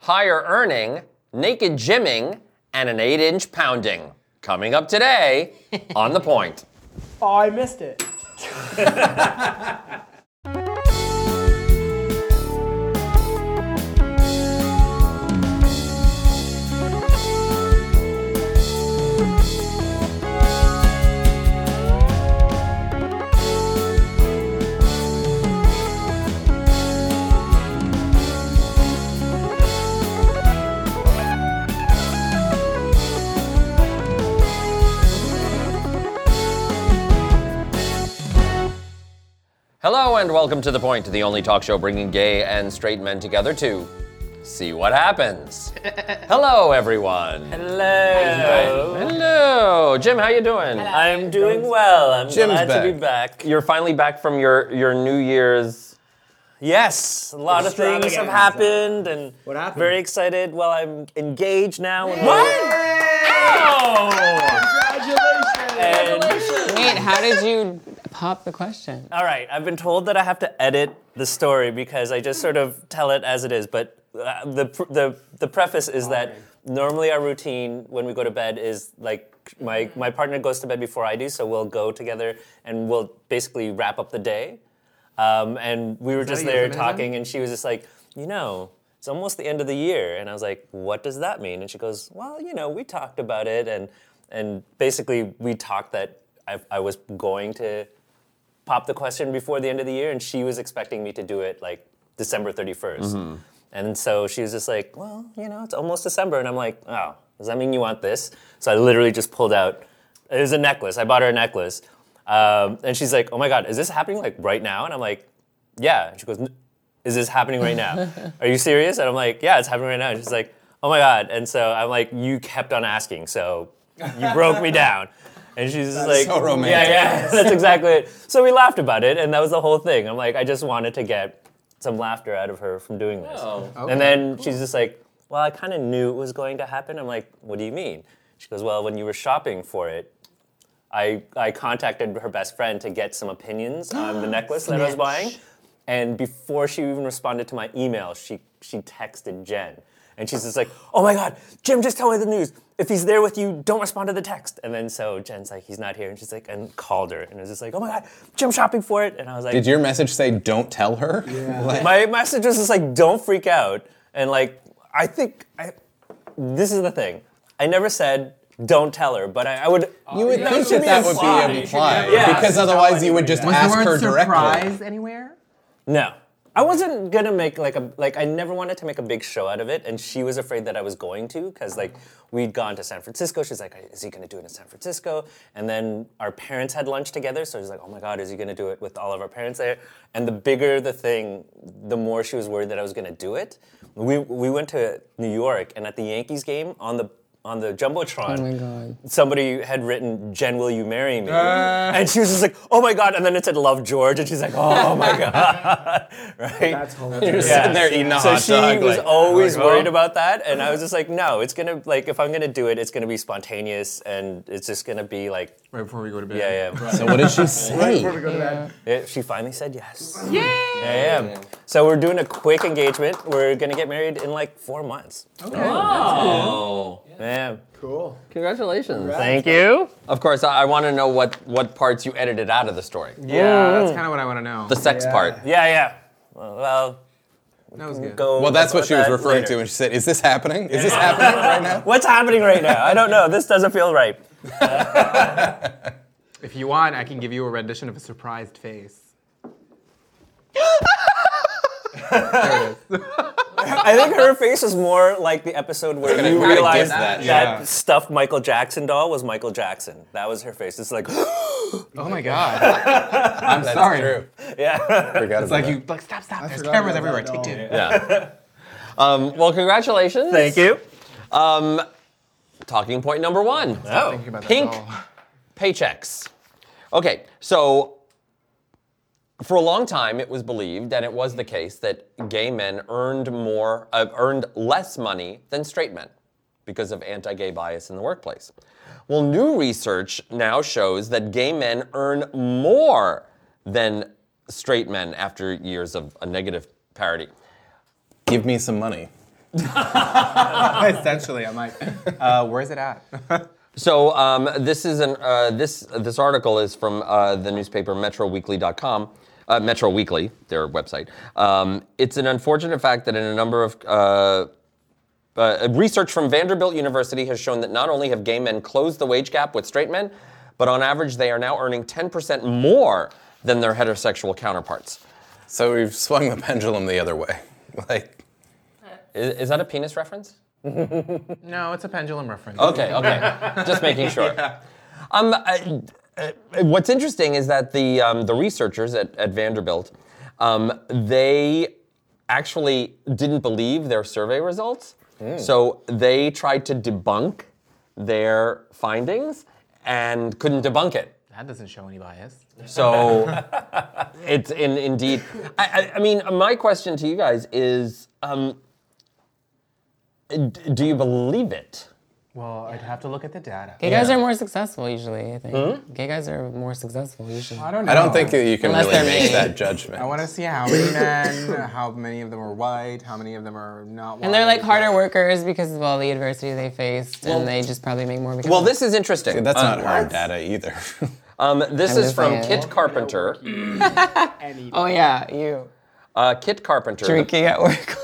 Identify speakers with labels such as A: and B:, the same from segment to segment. A: higher earning, naked gymming, and an eight inch pounding. Coming up today on The Point.
B: Oh, I missed it.
A: Hello, and welcome to The Point, the only talk show bringing gay and straight men together to see what happens. Hello, everyone.
C: Hello.
A: Hello, Jim. How you doing? Uh,
C: I'm doing well. I'm
D: Jim's
C: glad to be back.
A: You're finally back from your your New Year's.
C: Yes, a lot of things have happened, and
B: What happened?
C: Very excited. Well, I'm engaged now. and-
B: Congratulations.
C: And-
E: Wait, how did you pop the question?
C: all right, I've been told that I have to edit the story because I just sort of tell it as it is. But uh, the pr- the the preface is that normally our routine when we go to bed is like my my partner goes to bed before I do, so we'll go together and we'll basically wrap up the day. Um, and we were just
D: a
C: there
D: euphemism?
C: talking, and she was just like, you know, it's almost the end of the year. And I was like, what does that mean? And she goes, well, you know, we talked about it. And, and basically, we talked that I, I was going to pop the question before the end of the year, and she was expecting me to do it like December 31st. And so she was just like, well, you know, it's almost December. And I'm like, oh, does that mean you want this? So I literally just pulled out, it was a necklace. I bought her a necklace. Um, and she's like, oh my God, is this happening like right now? And I'm like, yeah. And she goes, "N- is this happening right now? Are you serious? And I'm like, yeah, it's happening right now. And she's like, oh my God. And so I'm like, you kept on asking, so you broke me down. And she's just like,
D: so romantic.
C: yeah, yeah, that's exactly it. So we laughed about it, and that was the whole thing. I'm like, I just wanted to get some laughter out of her from doing this.
D: Okay,
C: and then she's just like, well, I kind of knew it was going to happen. I'm like, what do you mean? She goes, well, when you were shopping for it, I, I contacted her best friend to get some opinions on the necklace that I was buying. And before she even responded to my email, she, she texted Jen. And she's just like, oh my God, Jim just told me the news. If he's there with you, don't respond to the text. And then so Jen's like, he's not here. And she's like, and called her. And it was just like, oh my God, Jim shopping for it. And I was like,
D: Did your message say don't tell her? Yeah.
C: my message was just like, don't freak out. And like, I think I, this is the thing. I never said, don't tell her, but I, I would.
D: you would think that
C: be
D: that would
C: implied.
D: be implied
C: Yeah.
D: because otherwise you would just
E: Was
D: ask
E: the
D: her
E: word
D: directly.
E: surprise anywhere?
C: No. I wasn't gonna make like a like I never wanted to make a big show out of it, and she was afraid that I was going to because like we'd gone to San Francisco. She's like, "Is he gonna do it in San Francisco?" And then our parents had lunch together, so she's like, "Oh my God, is he gonna do it with all of our parents there?" And the bigger the thing, the more she was worried that I was gonna do it. We we went to New York, and at the Yankees game on the on the jumbotron,
E: Oh my God.
C: somebody had written, Jen, will you marry me? and she was just like, oh my God. And then it said, love George. And she's like, oh my God. right?
B: That's hilarious.
C: Yeah.
D: Sitting there eating a
C: So
D: hot
C: she
D: dog,
C: was
D: like,
C: always
D: like, oh.
C: worried about that. And I was just like, no, it's going to, like, if I'm going to do it, it's going to be spontaneous and it's just going to be like,
F: Right before we go to bed.
C: yeah, yeah.
D: So what did she say?
B: Before we go to bed.
C: Yeah, she finally said yes. Yay! Yeah, yeah. So we're doing a quick engagement. We're going to get married in like four months.
A: Oh,
C: Yeah.
B: Cool.
A: congratulations!
C: Thank you.
A: Of course, I, I want to know what what parts you edited out of the story.
F: Yeah, that's kind of what I want to know.
A: The sex
B: Yeah.
A: part.
C: Yeah, yeah. Well,
F: That was good.
C: go.
D: Well, that's what she was
C: that
D: referring
C: later.
D: to, and she said, "Is this happening? Is this happening right now?"
C: What's happening right now? I don't know. This doesn't feel right.
F: If you want, I can give you a rendition of a surprised face.
C: I think her face is more like the episode where
D: gonna
C: you
D: kinda
C: realize
D: guess
C: that,
D: that,
F: yeah.
C: stuffed Michael Jackson doll was Michael Jackson. That was her face. It's like,
F: Oh my god. I'm sorry.
C: yeah.
D: Forgot
F: It's like you like stop, stop. There's
B: forgot
F: cameras
B: about
F: everywhere.
B: that
F: Take
B: doll.
F: two.
A: Um, well, congratulations. Um,
C: Thank you.
A: Talking point number one:
C: Oh.
F: Think about that
A: Pink.
F: doll.
A: paychecks. Okay, so for a long time, it was believed, and it was the case, that gay men earned more, uh, earned less money than straight men because of anti-gay bias in the workplace. Well, new research now shows that gay men earn more than straight men after years of a negative parity.
D: Give me some money.
F: Essentially, I'm like, uh, where's it at?
A: So um, this is an uh, this this article is from uh, the newspaper MetroWeekly.com, uh, Metro Weekly, their website. Um, it's an unfortunate fact that in a number of uh, uh, research from Vanderbilt University has shown that not only have gay men closed the wage gap with straight men, but on average they are now earning 10% more than their heterosexual counterparts.
D: So we've swung the pendulum the other way. Like,
A: I- Is, that a penis reference?
F: No, it's a pendulum reference.
A: Okay, okay. Just making sure. Um, I- I- what's interesting is that the um, the researchers at, at Vanderbilt, um, they actually didn't believe their survey results, so they tried to debunk their findings and couldn't debunk it.
F: That doesn't show any bias.
A: So it's in, indeed. I, I, I mean, my question to you guys is: um, d- Do you believe it?
F: Well, I'd have to look at the data.
E: Gay guys are more successful usually, I think. Gay guys are more successful usually.
F: I don't know.
D: I don't think that you can
E: Unless
D: really
E: they're
D: make
E: made.
D: that judgment.
F: I want to see how many men, how many of them are white, how many of them are not white.
E: And they're like harder workers because of all the adversity they faced, and they just probably make more. Because
A: Well, this is interesting.
D: That's
A: Um,
D: not hard data either.
A: Um, this
E: I'm
A: is from
E: just
A: Kit
E: saying.
A: Carpenter.
B: Any.
E: oh yeah, you
A: Uh, Kit Carpenter.
E: drinking at work.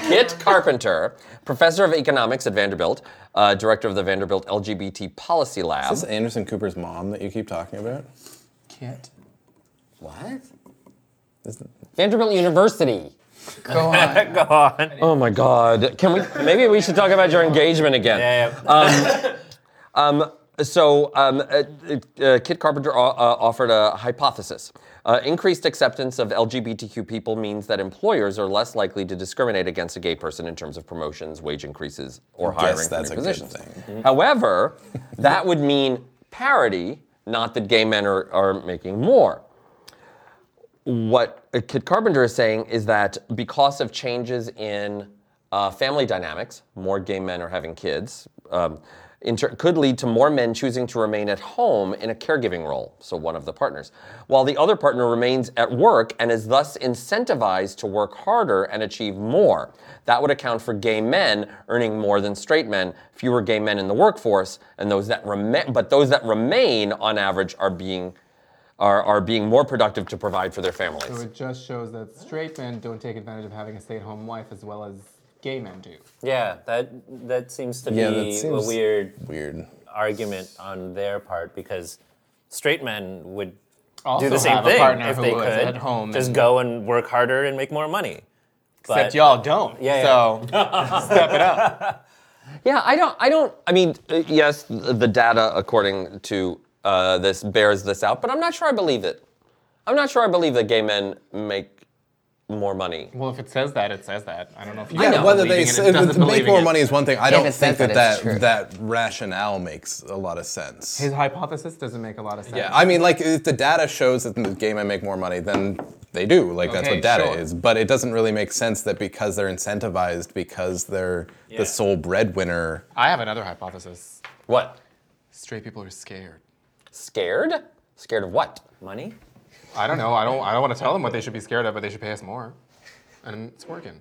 A: Kit Carpenter, professor of economics at Vanderbilt, uh, director of the Vanderbilt LGBT Policy Lab.
D: Is this Anderson Cooper's mom that you keep talking about?
F: Kit.
A: what? Vanderbilt University.
E: Go on.
C: Go on.
A: Oh my God! Can we? Maybe we should talk about your engagement again. Um,
C: Yeah, yeah.
A: So, um, uh, uh, Kit Carpenter o- uh, offered a hypothesis. Uh, increased acceptance of LGBTQ people means that employers are less likely to discriminate against a gay person in terms of promotions, wage increases, or hiring
D: Yes,
A: for
D: that's
A: new
D: a good
A: positions. Mm-hmm.
D: thing.
A: However, that would mean parity, not that gay men are, are making more. What uh, Kit Carpenter is saying is that because of changes in uh, family dynamics, more gay men are having kids, um, in tur- could lead to more men choosing to remain at home in a caregiving role, so one of the partners, while the other partner remains at work and is thus incentivized to work harder and achieve more. That would account for gay men earning more than straight men, fewer gay men in the workforce, and those that remain, but those that remain on average are being are, are being more productive to provide for their
F: So
A: families.
F: it just shows that straight men don't take advantage of having a stay-at-home wife as well as gay men do.
C: yeah, that that seems to
D: Yeah, that
C: be
D: seems-
C: a weird
D: Weird.
C: argument on their part because straight men would
F: Also
C: do the same
F: have
C: thing
F: a partner
C: if
F: who
C: they
F: was
C: could.
F: at home.
C: just
F: and-
C: go and work harder and make more money. But
F: Except y'all don't.
C: Yeah, yeah.
F: So
A: Yeah, I don't, I don't, I mean, uh, yes, th- the data according to uh, this bears this out, but I'm not sure I believe it. I'm not sure I believe that gay men make more money.
F: Well, if it says that, it says that. I don't know if you
A: I
D: Yeah,
A: know.
D: whether they
F: believing it,
D: say-
F: it doesn't
D: make
F: believing
D: more
F: it.
D: money is one thing. I don't
E: it
D: think
E: says
D: that
E: that it's
D: that,
E: true.
D: that rationale makes a lot of sense.
F: His hypothesis doesn't make a lot of sense.
D: yeah, I mean, like if the data shows that the gay men make more money, then they do. Like that's
F: Okay,
D: what data
F: sure.
D: is. But it doesn't really make sense that because they're incentivized, because they're the sole breadwinner.
F: I have another hypothesis.
A: What?
F: Straight people are scared.
A: Scared? Scared of what?
C: money?
F: I don't know. I don't. I don't want to tell them what they should be scared of, but they should pay us more, and it's working.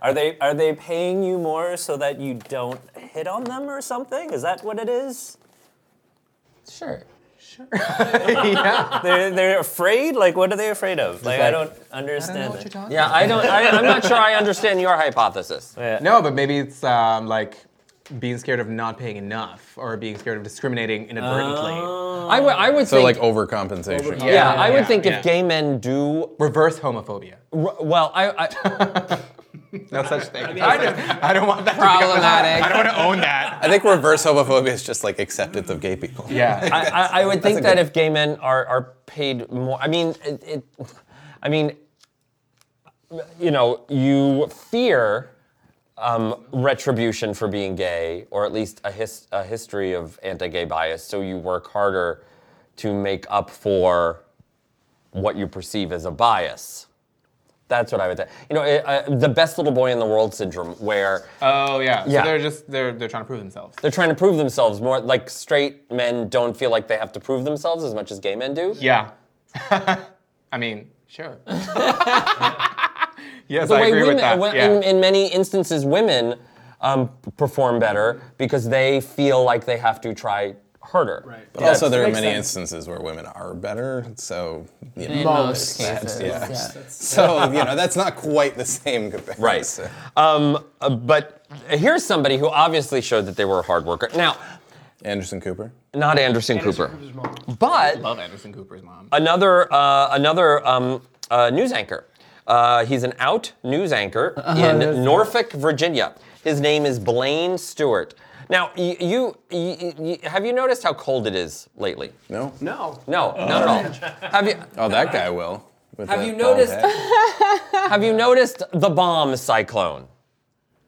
C: Are they are they paying you more so that you don't hit on them or something? Is that what it is?
E: sure.
C: They're they're afraid. Like what are they afraid of? Like, I
F: like,
C: don't understand. it.
F: talking.
A: Yeah, I don't, I, I'm not sure I understand your hypothesis.
F: No, but maybe it's um, like being scared of not paying enough, or being scared of discriminating inadvertently.
A: I would, I would
D: So
A: think,
D: like overcompensation.
A: Oh. yeah, I would
F: yeah,
A: think
F: yeah.
A: if gay men do,
F: Reverse homophobia.
A: r- well, I, I
F: No such thing. I, don't, I don't want that.
E: Problematic.
F: I don't want to own that.
D: I think reverse homophobia is just like acceptance of gay people.
F: Yeah.
A: I, I, I would think that if gay men are, are paid more, I mean, it, it, I mean, you know, you fear um, retribution for being gay, or at least a, his, a history of anti-gay bias, so you work harder to make up for what you perceive as a bias. That's what I would say. You know, it, uh, the best little boy in the world syndrome, where
F: oh yeah.
A: Yeah.
F: So they're just they're they're trying to prove themselves.
A: they're trying to prove themselves more. Like straight men don't feel like they have to prove themselves as much as gay men do.
F: Yeah. I mean, Sure. yes,
A: the
F: I
A: way
F: agree
A: women,
F: with that.
A: when-
F: yeah.
A: in, in many instances, women um, p- perform better because they feel like they have to try harder.
B: Right.
D: But also, there are
B: makes
D: many
B: sense.
D: instances where women are better. So, you
E: in
D: know,
E: most
D: that's-
E: cases.
D: yeah.
E: yeah.
D: so you know, that's not quite the same comparison.
A: Right. Um, uh, but here's somebody who obviously showed that they were a hard worker. Now,
D: Anderson Cooper.
A: not Anderson, Cooper,
B: Cooper's mom.
A: but
F: love Anderson Cooper's mom.
A: another uh, another um, uh, news anchor. Uh, he's an out news anchor in Norfolk, Virginia. His name is Blaine Stewart. Now, y- you, you, you have you noticed how cold it is lately?
D: No.
B: No.
A: No, not at all. Have you
D: Oh, that guy will. with
A: Have
D: that
A: you
D: bald
A: noticed-
D: head.
A: have you noticed the bomb cyclone?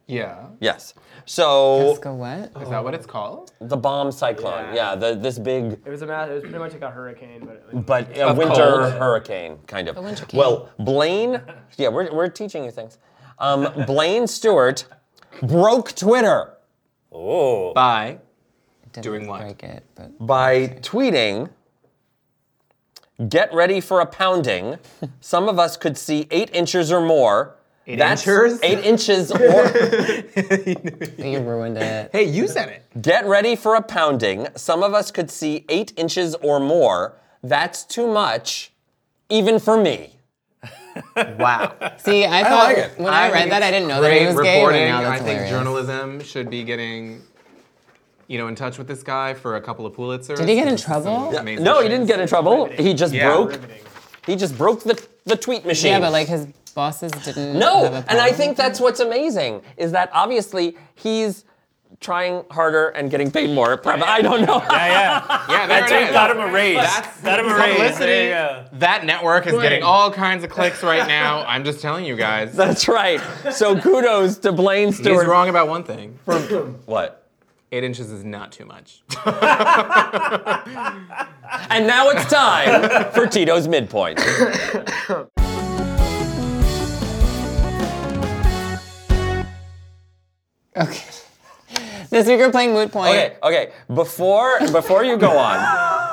F: Yeah.
A: Yes. So
E: Jessica, what?
F: Is that what it's called?
A: the bomb cyclone. Yeah,
B: Yeah.
A: the, this big
B: It was a mass, it was pretty much like a hurricane, but it was
A: but a winter
F: cold.
A: hurricane, kind of.
E: winter cane.
A: well, Blaine, yeah, we're, we're teaching you things. Um, Blaine Stewart broke Twitter
C: Oh,
F: Bye.
E: Didn't
F: Doing what?
E: Break it, but
A: by tweeting, "Get ready for a pounding. Some of us could see eight inches or more. Eight
F: inches?
A: Eight inches or
E: you ruined it.
F: Hey, you said it.
A: get ready for a pounding. Some of us could see eight inches or more. That's too much, even for me."
F: Wow.
E: See, I thought
D: like it.
E: when I,
F: think
E: read that,
F: it's
E: I didn't know that he
F: great
E: was gay. but
F: reporting.
E: now
F: I
E: that's
F: think
E: hilarious.
F: journalism should be getting, you know, in touch with this guy for a couple of Pulitzers.
E: Did he get in
F: This is some
E: trouble? Yeah,
F: amazing
A: No, he
F: shit.
A: didn't get in trouble. He just
F: Yeah.
A: broke.
B: riveting.
A: He just broke the, the tweet machine.
E: Yeah, but like his bosses didn't.
A: No,
E: have a
A: and I
E: problem.
A: think that's what's amazing is that obviously he's trying harder and getting paid more. Probably, I don't know.
C: yeah, yeah.
F: Yeah, there
C: That
F: it
C: dude
F: is.
C: got him a raise. got him a raise. There you go.
F: Publicity. That network is getting all kinds of clicks right now. I'm just telling you guys.
A: That's right. So kudos to Blaine Stewart.
F: He's wrong about one thing.
A: What?
F: Eight inches is not too much.
A: And now it's time for Tito's midpoint.
E: Okay. This week we're playing Moot Point.
A: Okay, okay. Before before you go on,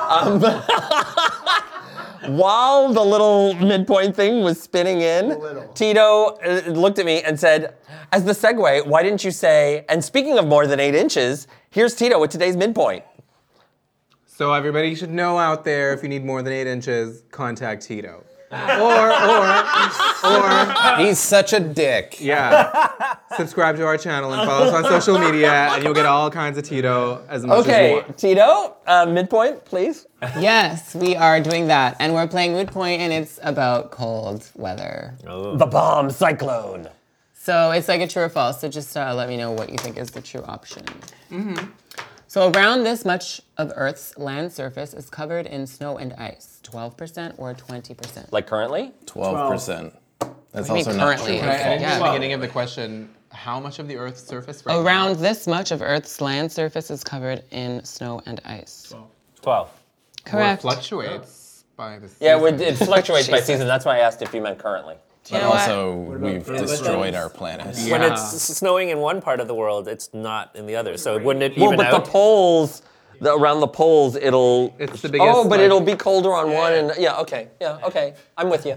A: um, while the little midpoint thing was spinning in,
B: Little.
A: Tito uh, looked at me and said, "As the segue, why didn't you say?" And speaking of more than eight inches, here's Tito with today's midpoint.
F: So everybody should know out there if you need more than eight inches, contact Tito. or or or
D: He's such a dick.
F: Yeah. Subscribe to our channel and follow us on social media, and you'll get all kinds of Tito as much as you
A: Okay,
F: want.
A: Tito, uh, midpoint, please.
E: Yes, we are doing that, and we're playing Moot Point, and it's about cold weather.
A: The bomb cyclone.
E: So it's like a true or false. So just uh, let me know what you think is the true option. So around this much of Earth's land surface is covered in snow and ice, 12% or 20%.
A: Like currently,
D: Twelve percent. That's
E: I mean,
D: also not
E: currently,
D: true.
E: I said,
F: In the
E: yeah.
F: beginning of the question, how much of the Earth's surface right
E: Around this much of Earth's land surface is covered in snow and ice.
A: twelve.
F: now
E: Correct.
F: fluctuates by the
A: Yeah, it, would, it fluctuates by season. That's why I asked if you meant currently.
E: You
D: But
E: know what?
D: also, we've destroyed our planet.
C: When
F: Yeah.
C: it's s- snowing in one part of the world, it's not in the other. So wouldn't it
A: Well,
C: even
A: but
C: out?
A: the poles, the, around the poles, it'll.
F: It's the biggest,
A: Oh, but
F: like-
A: it'll be colder on one, and yeah, okay, yeah, okay, I'm with you.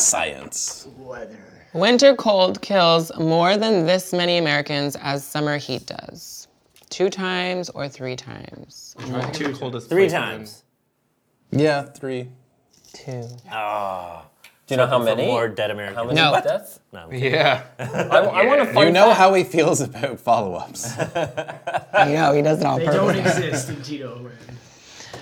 D: Science.
B: weather.
E: Winter cold kills more than this many Americans as summer heat does. Two times or three times.
F: Two coldest
C: Three
F: places in-
C: times.
D: Yeah, three.
E: Two.
A: Do you know how
C: For
A: many?
C: More dead Americans.
A: How many
E: No.
A: deaths?
C: No.
F: Yeah.
A: I, want to find.
D: You know how he feels about follow-ups.
E: I know, he does Oh, it all
B: They
E: perfect.
B: don't exist in Tito land.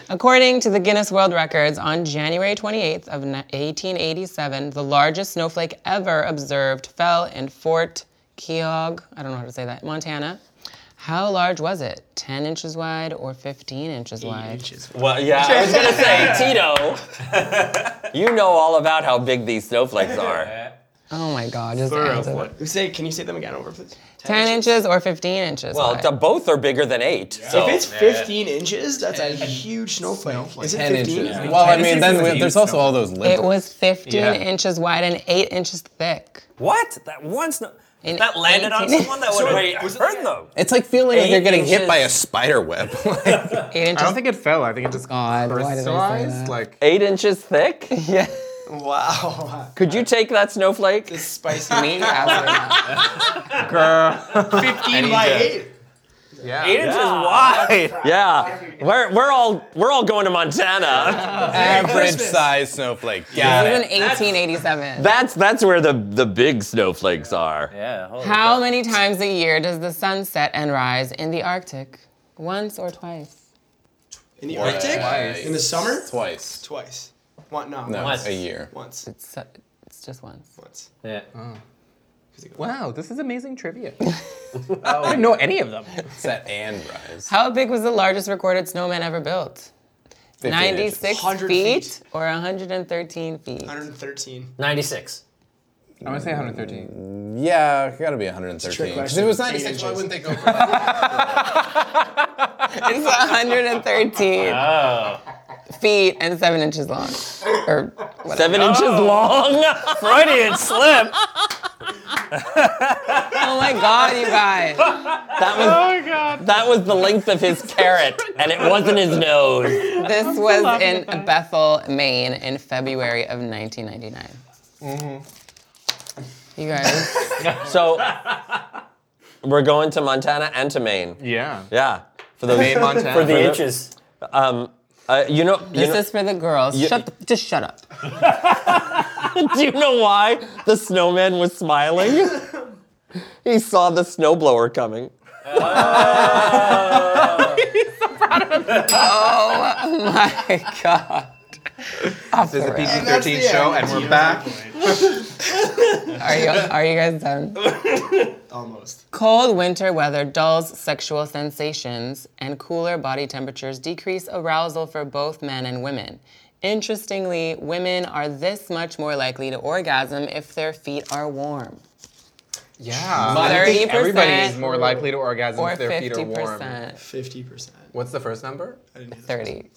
E: According to the Guinness World Records, on January 28th of ni- 1887, the largest snowflake ever observed fell in Fort Keogh, I don't know how to say that, Montana. How large was it? 10 inches wide or 15 inches wide?
A: Well, yeah, I was gonna say, Tito. you know all about how big these snowflakes are.
E: Oh my God, just answer that.
B: Who say? Can you say them again over, please?
E: 10 inches or 15 inches
A: Well,
E: wide?
A: the, both are bigger than eight. So.
B: If it's 15 inches, that's a huge snowflake. Is it
D: 10
B: 15?
D: inches. Well, I mean, then we, there's also all those
E: It
D: liberals.
E: was 15
F: Yeah.
E: inches wide and 8 inches thick.
C: What? That one snow.
E: In
C: that landed on
E: 18
C: someone that would
A: wait,
C: have hurt them.
D: It's like feeling like
A: Eight
D: you're getting hit by a
A: inches.
D: spider web. Like,
E: 8
F: I
E: inches
F: don't think it fell. I think it just
E: God, why did I say
F: crystallized.
E: that?
F: Like,
A: Eight inches thick?
E: Yeah.
B: Wow.
A: Could you take that snowflake?
B: Spicy.
E: Me as
F: Girl.
B: 15
D: uh,
B: by 8.
F: Yeah.
C: Eight inches wide.
A: Yeah, we're, we're all we're all going to Montana.
D: Average size snowflake. Got
E: even
D: it.
E: 1887.
A: That's that's where the the big snowflakes are.
C: Yeah. holy
E: How
C: crap.
E: many times a year does the sun set and rise in the Arctic? Once or twice?
B: In the Arctic?
D: Twice.
B: In the summer?
D: Twice.
B: Twice. One, no,
D: No,
B: once.
D: a year.
B: Once.
E: It's, so- it's just once.
B: Once.
C: Yeah.
F: Wow, this is amazing trivia. I didn't know any of them.
D: Set and rise.
E: How big was the largest recorded snowman ever built?
D: 15 inches.
E: 96 feet,
B: 100 feet.
E: or 113 feet?
B: 113.
C: 96.
F: I want to say 113.
D: Yeah, it gotta be 113. Because it
B: question.
D: was
B: Eight
D: 96, why
B: inches.
D: wouldn't they go for that?
E: It's 113 feet and seven inches long. Er, Or whatever.
A: Seven inches long.
C: Oh. Freudian slip.
E: Oh my God, you guys.
A: That was that was the length of his carrot, and it wasn't his nose.
E: This was in Bethel, Maine in February of 1999. You guys,
A: So we're going to Montana and to Maine.
F: Yeah.
A: Yeah, for those
D: Maine, Montana.
A: for
C: The
A: the
C: inches.
A: um, uh, you know, you
E: this
A: know
E: is for the girls. shut the, just shut up.
A: do you know why the snowman was smiling? he saw the snowblower coming.
E: My God. Off the
F: This is a
E: rails.
F: PG
B: That's
F: 13
B: the
F: show,
B: end.
F: and we're back.
E: Are you, are you guys done?
B: Almost.
E: Cold winter weather dulls sexual sensations, and cooler body temperatures decrease arousal for both men and women. Interestingly, women are this much more likely to orgasm if their feet are warm.
F: Yeah.
E: I think 30%.
F: Everybody is more likely to orgasm
E: Or
F: if their feet are warm.
E: 50%.
B: 50%.
F: What's the first number?
B: I didn't hear that.
E: 30.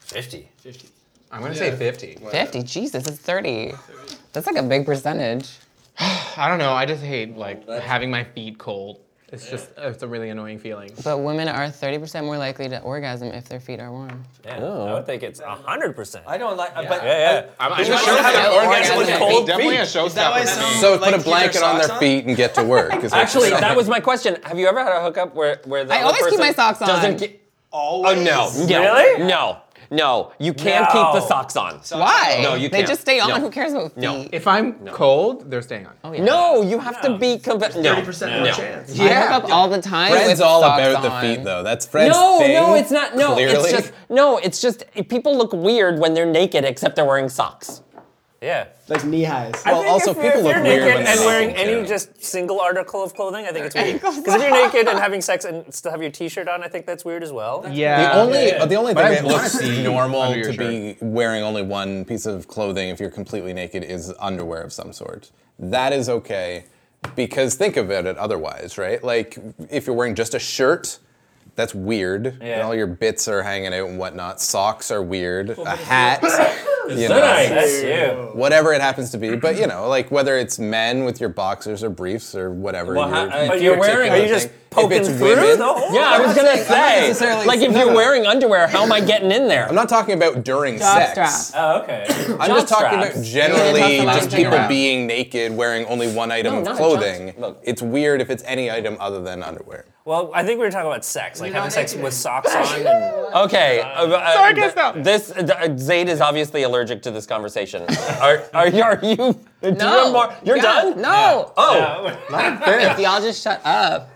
C: 50.
B: 50.
F: I'm gonna
B: Yeah.
F: say 50.
E: 50, Jesus, it's 30. That's like a big percentage.
F: I don't know. I just hate like having my feet cold. It's just it's a really annoying feeling.
E: But women are 30% more likely to orgasm if their feet are warm.
C: Yeah. I would think it's 100%.
A: I don't like, but
C: yeah, yeah.
F: I'm,
E: It's a showstopper. It's
F: Definitely a
B: that why
F: showstopper.
B: some-
F: for me.
D: So
B: Like,
D: put a
B: keep their
D: blanket on
B: socks
D: their
B: on?
D: feet and get to work. is what you're
A: Actually,
D: saying.
A: that was my question. Have you ever had a hookup where where the
E: I
A: other
E: always keep
A: person
E: my socks on.
A: Doesn't get,
B: Always.
A: no, no,
C: Really?
A: No, no. You can't
C: No.
A: keep the socks on.
E: Why?
A: No, you
E: They
A: can't.
E: just stay on.
A: No.
E: Who cares about feet?
A: No.
F: If I'm cold, they're staying on.
E: Oh, yeah.
A: No, you have to be convinced. No,
B: 30% more
A: no.
B: chance.
E: I hook up all the time.
D: Fred's
E: with
D: all
E: socks
D: about the
E: on.
D: feet, though. That's Fred's
A: no,
D: thing.
A: no, it's not. No,
D: clearly.
A: it's just no, it's just people look weird when they're naked exce't they're wearing socks.
C: Yeah.
B: Like knee highs.
D: Well, also people look weird
C: naked
D: when
C: and
D: they're
C: wearing
D: naked,
C: any
D: too.
C: just single article of clothing, I think it's weird. Because if you're naked and having sex and still have your T-shirt on, I think that's weird as well.
F: Yeah.
D: The only the only
F: But
D: thing
F: I
D: that
F: wanna
D: looks
F: see
D: normal
F: under your
D: to be wearing only one piece of clothing if you're completely naked is underwear of some sort. That is okay because think about it otherwise, right? Like if you're wearing just a shirt, that's weird. And
C: Yeah.
D: all your bits are hanging out and whatnot. Socks are weird. a hat, you know,
C: That's you.
D: whatever it happens to be. But you know, like whether it's men with your boxers or briefs or whatever.
A: Well,
D: your
A: ha- I-
C: But you're wearing. Are you
D: particular
C: just
D: thing. If
C: poking
D: it's
C: through
D: women-
C: the hole?
A: Yeah, I was gonna say,
D: necessarily-
A: like if
D: no,
A: you're
D: no.
A: wearing underwear, how am I getting in there?
D: I'm not talking about during
E: Jock
D: sex.
E: strap.
C: Oh, okay.
D: I'm just talking about
A: straps.
D: generally
E: Yeah,
D: just
E: just
D: people
F: around.
D: being naked wearing only one item
A: No,
D: of
A: not
D: clothing.
A: just- look.
D: It's weird if it's any item other than underwear.
C: Well, I think we were talking about sex, like
B: You're
C: having
B: not
C: sex
B: naked.
C: with socks on. And,
A: Okay, uh, uh,
F: Sorry, guess
A: th-
F: not.
A: This uh, uh, Zayd is obviously allergic to this conversation. Are are, you- are you? do you
E: No.
A: have more- you're
E: Yeah,
A: done.
E: No.
A: Oh,
E: Y'all just shut up.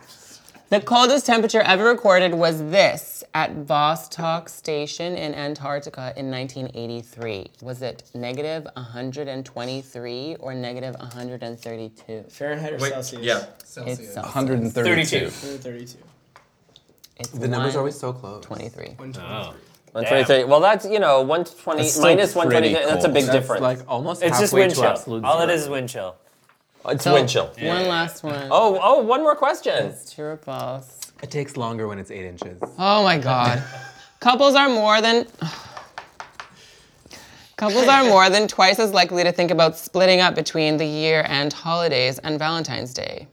E: The coldest temperature ever recorded was this at Vostok Station in Antarctica in 1983. Was it negative 123 or negative 132?
B: Fahrenheit or Celsius?
A: yeah.
E: It's
D: 132.
C: 32.
B: 32.
E: the
F: Numbers are always so close.
E: 23.
B: 120.
E: Oh.
A: One twenty-three. Well, that's you know one twenty
D: That's still
A: minus one twenty-three.
D: pretty
A: That's a big
D: cold.
A: difference.
F: Like almost
C: it's just
F: halfway
C: wind
F: to
C: chill.
F: absolute
C: All it
F: zero.
C: is is wind chill.
A: Oh, it's
E: So,
A: wind chill.
E: One last one.
A: Oh, oh, one more question.
E: It's true or false?
F: It takes longer when it's eight inches.
E: Oh my God. Couples are more than. Couples are more than twice as likely to think about splitting up between the year and holidays and Valentine's Day.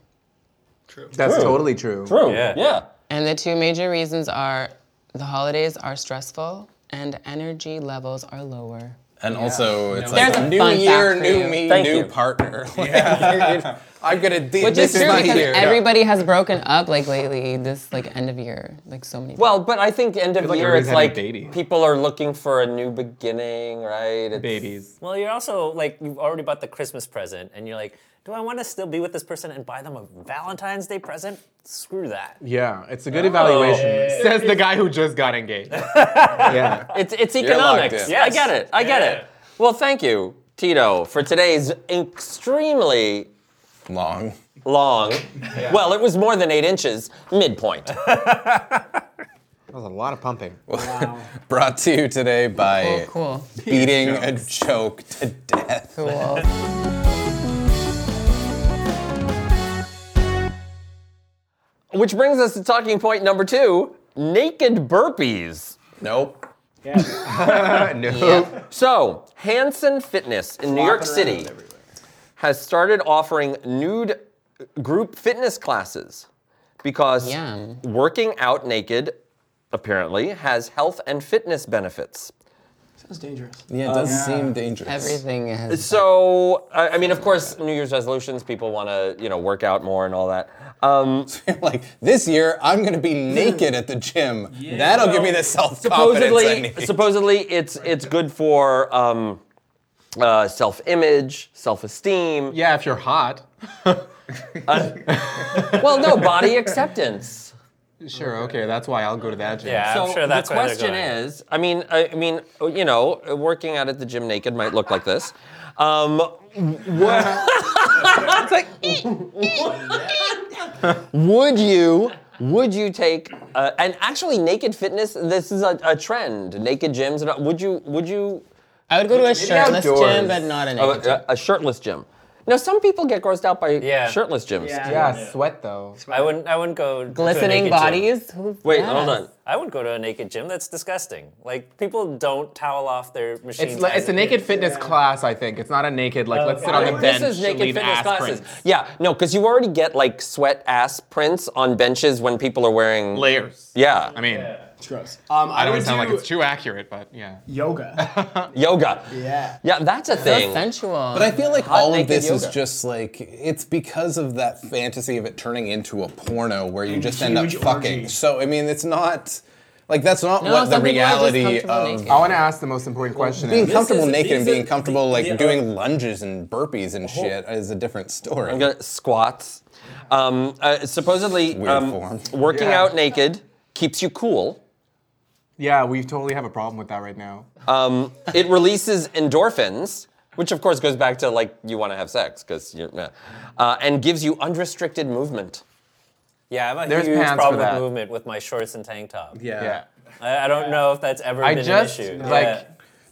B: True.
F: That's totally true.
A: True.
C: Yeah.
A: yeah.
E: And the two major reasons are the holidays are stressful and energy levels are lower.
D: And also, it's
E: There's
D: like
E: a
D: new
E: fun
D: year,
E: fact for
D: new
E: you.
D: me,
A: Thank
D: new
A: you.
D: partner. Like, I'm gonna de-
E: Which
D: this
E: is true
D: my
E: because
D: year.
E: everybody has broken up like lately. This like end of year, like so many.
A: Well, but I think end of
F: like
A: year
F: everybody's
A: it's like
F: having babies.
A: people are looking for a new beginning, right? It's-
F: Babies.
C: Well, you're also like you've already bought the Christmas present, and you're like, do I want to still be with this person and buy them a Valentine's Day present? Screw that.
F: Yeah, it's a good evaluation. Says the guy who just got engaged. yeah.
A: It's it's
D: locked
A: economics.
D: in.
A: I get it. I get it. Well, thank you, Tito, for today's extremely
D: long.
A: long. Well, it was more than eight inches. Midpoint.
G: That was a lot of pumping.
D: Brought to you today by
E: cool, cool,
D: beating a joke to death.
E: cool.
A: Which brings us to talking point number two: naked burpees.
D: Nope.
F: No.
A: So, Hanson Fitness in New York City has started offering nude group fitness classes because
E: Yum.
A: working out naked apparently has health and fitness benefits.
B: Sounds dangerous.
D: Yeah, it does seem dangerous.
E: Everything is.
A: So, I, I mean, of course, New Year's resolutions, people want to, you know, work out more and all that. Um,
D: like this year, I'm gonna be naked at the gym. That'll give me the self confidence I
A: supposedly,
D: need.
A: supposedly, it's it's good for um, uh, self-image, self-esteem.
F: Yeah, if you're hot.
A: Well, no, body acceptance.
F: Sure, okay, that's why I'll go to that gym.
C: Yeah,
A: So
C: I'm sure that's
A: the
C: where
A: question
C: they're going.
A: is, I mean, I, I mean, you know, working out at the gym naked might look like this. Um, wha- It's like, would you? Would you take? Uh, and actually, naked fitness. This is a, a trend. Naked gyms. and all- Would you? Would you?
E: I would go to a shirtless
F: outdoors.
E: gym, but not a
A: A,
E: naked gym.
A: a- a shirtless gym. Now, some people get grossed out by
C: Yeah.
A: shirtless gyms.
F: Yeah, sweat though.
C: I wouldn't. I wouldn't go. to a
E: Glistening
C: naked gym.
E: bodies. Who-
A: Wait,
E: yes.
A: hold on.
C: I wouldn't go to a naked gym. That's disgusting. Like people don't towel off their machines.
F: It's, like,
C: as
F: it's a
C: it
F: naked
C: is.
F: fitness class, I think. It's not a naked, like, let's sit on the
A: Oh,
F: bench
A: This is
F: and leave
A: naked fitness
F: ass
A: classes.
F: prints.
A: Yeah, no, because you already get like sweat ass prints on benches when people are wearing.
F: Layers.
A: Yeah,
F: I mean,
B: It's gross. Um, I,
F: I don't
B: would
F: want to sound
B: do
F: like it's too accurate, but yeah.
B: yoga.
A: yoga.
B: yeah.
A: Yeah, that's a thing.
E: Sensual.
D: But I feel like all of
A: naked
D: this is
A: yoga.
D: just like it's because of that fantasy of it turning into a porno where you just end up
B: huge
D: fucking.
B: orgy.
D: So I mean, it's not like that's not
E: No,
D: what the
E: some people are just
D: reality
E: comfortable
D: of
E: naked.
F: I want to ask the most important question.
D: being
F: is-
D: comfortable
G: is-
D: naked and
G: these
D: being
G: are-
D: comfortable like
G: yeah, uh,
D: doing lunges and burpees and shit is a different story.
A: I'm gonna squats. Um, uh, supposedly,
D: Weird
A: um,
D: form.
A: working
F: Yeah.
A: out naked keeps you cool.
F: yeah, we totally have a problem with that right now.
A: It releases endorphins, which of course goes back to like you want to have sex because you yeah. uh, and gives you unrestricted movement.
C: Yeah, I have a
F: There's
C: huge
F: pants for
C: problem with
F: that.
C: movement with my shorts and tank top.
F: Yeah.
C: I, I don't know if that's ever
F: I
C: been
F: just,
C: an issue.
F: like,
C: Yeah.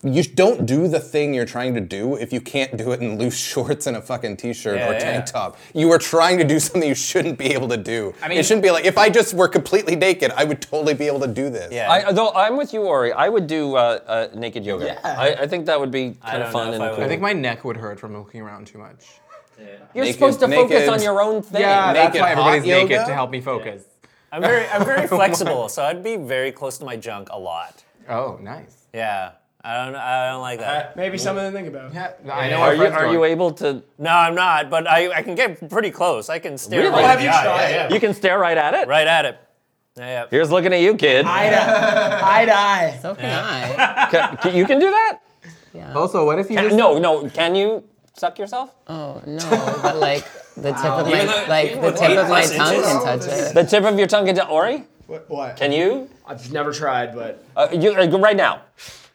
D: You don't do the thing you're trying to do if you can't do it in loose shorts and a fucking t-shirt
C: Yeah,
D: or
C: yeah.
D: tank top. You are trying to do something you shouldn't be able to do. I mean,
F: mean-
D: it shouldn't be like if I just were completely naked, I would totally be able to do this.
C: Yeah.
A: I, though I'm with you, Ori. I would do uh, uh, naked yoga.
B: Yeah.
A: I, I think that would be kind of
C: don't
A: fun
C: know if
A: and
C: I
A: cool.
C: would.
F: I think my neck would hurt from looking around too much.
A: You're
D: Naked-
A: supposed to focus
D: naked.
A: on your own thing.
F: Yeah,
D: Naked
F: that's why everybody's
D: hot
F: naked
D: yoga?
F: to help me focus.
C: I'm very, I'm very flexible, so I'd be very close to my junk a lot.
F: Oh, nice.
C: Yeah, I don't, I don't like
A: Uh,
C: that.
B: Maybe something to think about.
F: Yeah, I know.
A: Are you are you able to?
C: no, I'm not, but I, I can get pretty close. I can stare
A: Really?
C: right
A: Oh,
C: at
A: have
C: the
A: you
C: eye. Yeah,
B: tried?
C: yeah.
A: You can stare right at it.
C: right at it. Yeah, yeah.
A: Here's looking at you, kid.
B: Eye to eye. To eye.
E: So can I.
A: Ca- ca- you can do that?
F: Also, what if you just
A: No, no. Can you suck yourself?
E: Oh no, but like the tip of
C: Even though-
E: my like the
C: even
E: tip
C: with
E: of my
C: eight
E: tongue can touch
B: plus inches.
E: it.
A: The tip of your tongue can do- Ori?
B: What? what?
A: Can you?
B: I've never tried, but
A: Uh, you uh, right now.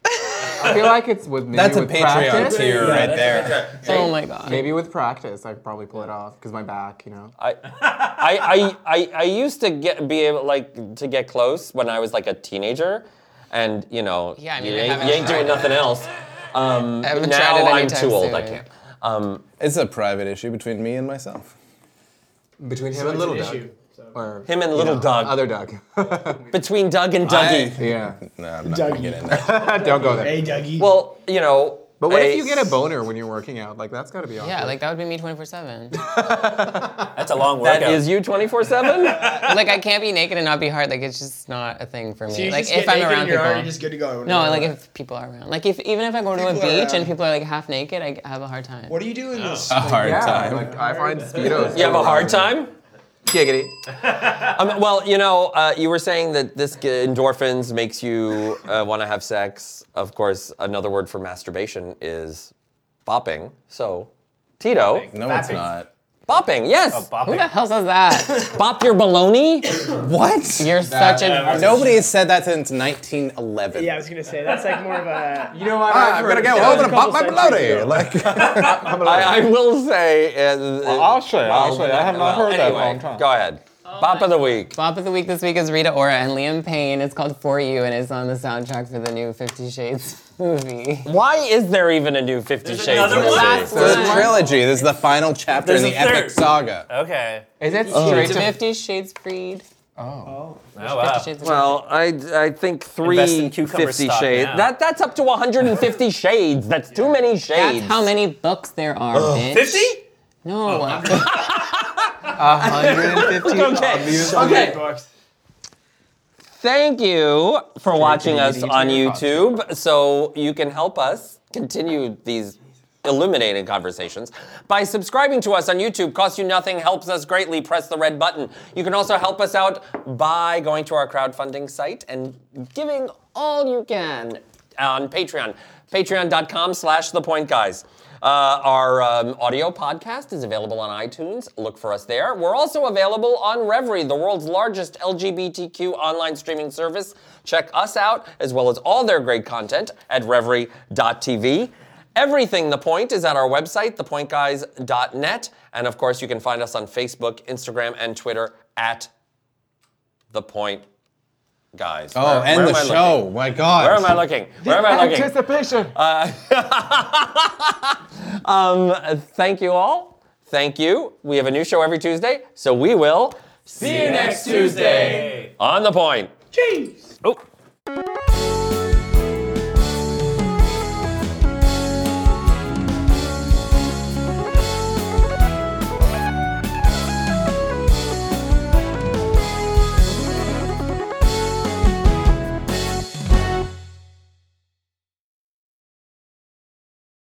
F: I feel like it's with maybe
D: That's a
F: with
D: Patreon
F: practice.
D: tier right there.
E: Oh my god.
F: Maybe with practice, I could probably pull it off because my back, you know.
A: I, I, I, I, I used to get be able like to get close when I was like a teenager, and you know,
E: Yeah, I mean,
A: you
E: I
A: ain't,
E: haven't
A: you ain't doing
E: tried it.
A: nothing else. Um,
E: I haven't
A: now
E: tried it
A: I'm
E: anytime
A: too old.
E: soon.
A: I can't. Um,
D: It's a private issue between me and myself.
F: Between him
B: it's
F: and
B: an
F: little Doug,
B: issue. So.
F: or
A: him and little Doug.
F: other Doug.
A: between Doug and Dougie.
D: I-
F: yeah,
D: No, I'm not gonna
B: Dougie.
D: get in there.
F: don't go there.
B: Hey, Dougie.
A: Well, you know,
F: But what
A: I-
F: if you get a boner when you're working out? Like that's got to be awesome.
E: Yeah, like that would be me 24 7.
C: That's a long workout.
A: That is you 24 7?
E: Like I can't be naked and not be hard. Like it's just not a thing for me.
B: So you
E: like
B: just get
E: if I'm
B: naked
E: around
B: and you're
E: people.
B: already just good to go.
E: no, like if people are around. Like if even if I go to a
B: People are
E: beach and
B: around.
E: people are like half naked, I have a hard time.
B: what are you doing?
E: Oh.
B: This?
D: A hard
F: Yeah,
D: time.
F: like I find speedos.
A: You have a hard time?
F: Giggity.
A: Um, well, you know, uh, you were saying that this g- endorphins makes you uh, want to have sex. Of course, another word for masturbation is bopping. So, Tito,
D: no, it's not.
A: bopping, yes.
E: Who the hell says that? Bop your baloney?
D: What?
E: You're such a.
D: Nobody has said that since 1911.
H: Yeah, I was gonna say that's like more of a.
F: You know what?
D: Ah, I'm gonna go
H: Yeah,
D: over and
H: a couple
D: pop my
H: centuries
D: bloody.
H: ago.
D: Like,
A: I, I will say. uh,
F: I'll say, I'll say, I have not heard that in a
A: anyway,
F: long time.
A: Go ahead.
C: Oh
A: Bop of the week.
E: Bop of the week this week is Rita Ora and Liam Payne. It's called For You and it's on the soundtrack for the new Fifty Shades movie.
A: Why is there even a new Fifty
C: There's
A: Shades
C: another
A: movie?
C: one?
D: It's a trilogy. This is the final chapter
C: There's
D: in
C: a
D: the epic
C: third.
D: saga.
C: okay.
F: Is it
B: Oh.
F: straight to
E: Fifty Shades Freed.
C: Oh wow.
E: Fifty Shades of
A: Well, I, I think three
C: Invest in cucumber
A: 50
C: stock
A: shades.
C: now.
A: That that's up to 150 shades. That's too many shades.
E: That's how many books there are, bitch.
C: 50?
E: No.
F: 150?
A: Okay. Okay. Thank you for watching us on YouTube. So you can help us continue these illuminating conversations by subscribing to us on YouTube. Costs you nothing, helps us greatly. Press the red button. You can also help us out by going to our crowdfunding site and giving all you can on Patreon. Patreon.com slash the point guys. Uh, our um, audio podcast is available on iTunes. Look for us there. We're also available on Reverie, the world's largest LGBTQ online streaming service. Check us out, as well as all their great content, at reverie.tv. Everything The Point is at our website, thepointguys.net. And of course, you can find us on Facebook, Instagram, and Twitter at The Point Guys.
D: Oh,
A: Where-
D: and
A: where
D: the
A: am I looking?
D: show. My God.
A: Where am I looking? Where am I looking?
F: Anticipation.
A: Um, thank you all. Thank you. We have a new show every Tuesday, so we will see you next Tuesday on the point.
H: Jeez.
A: Oh.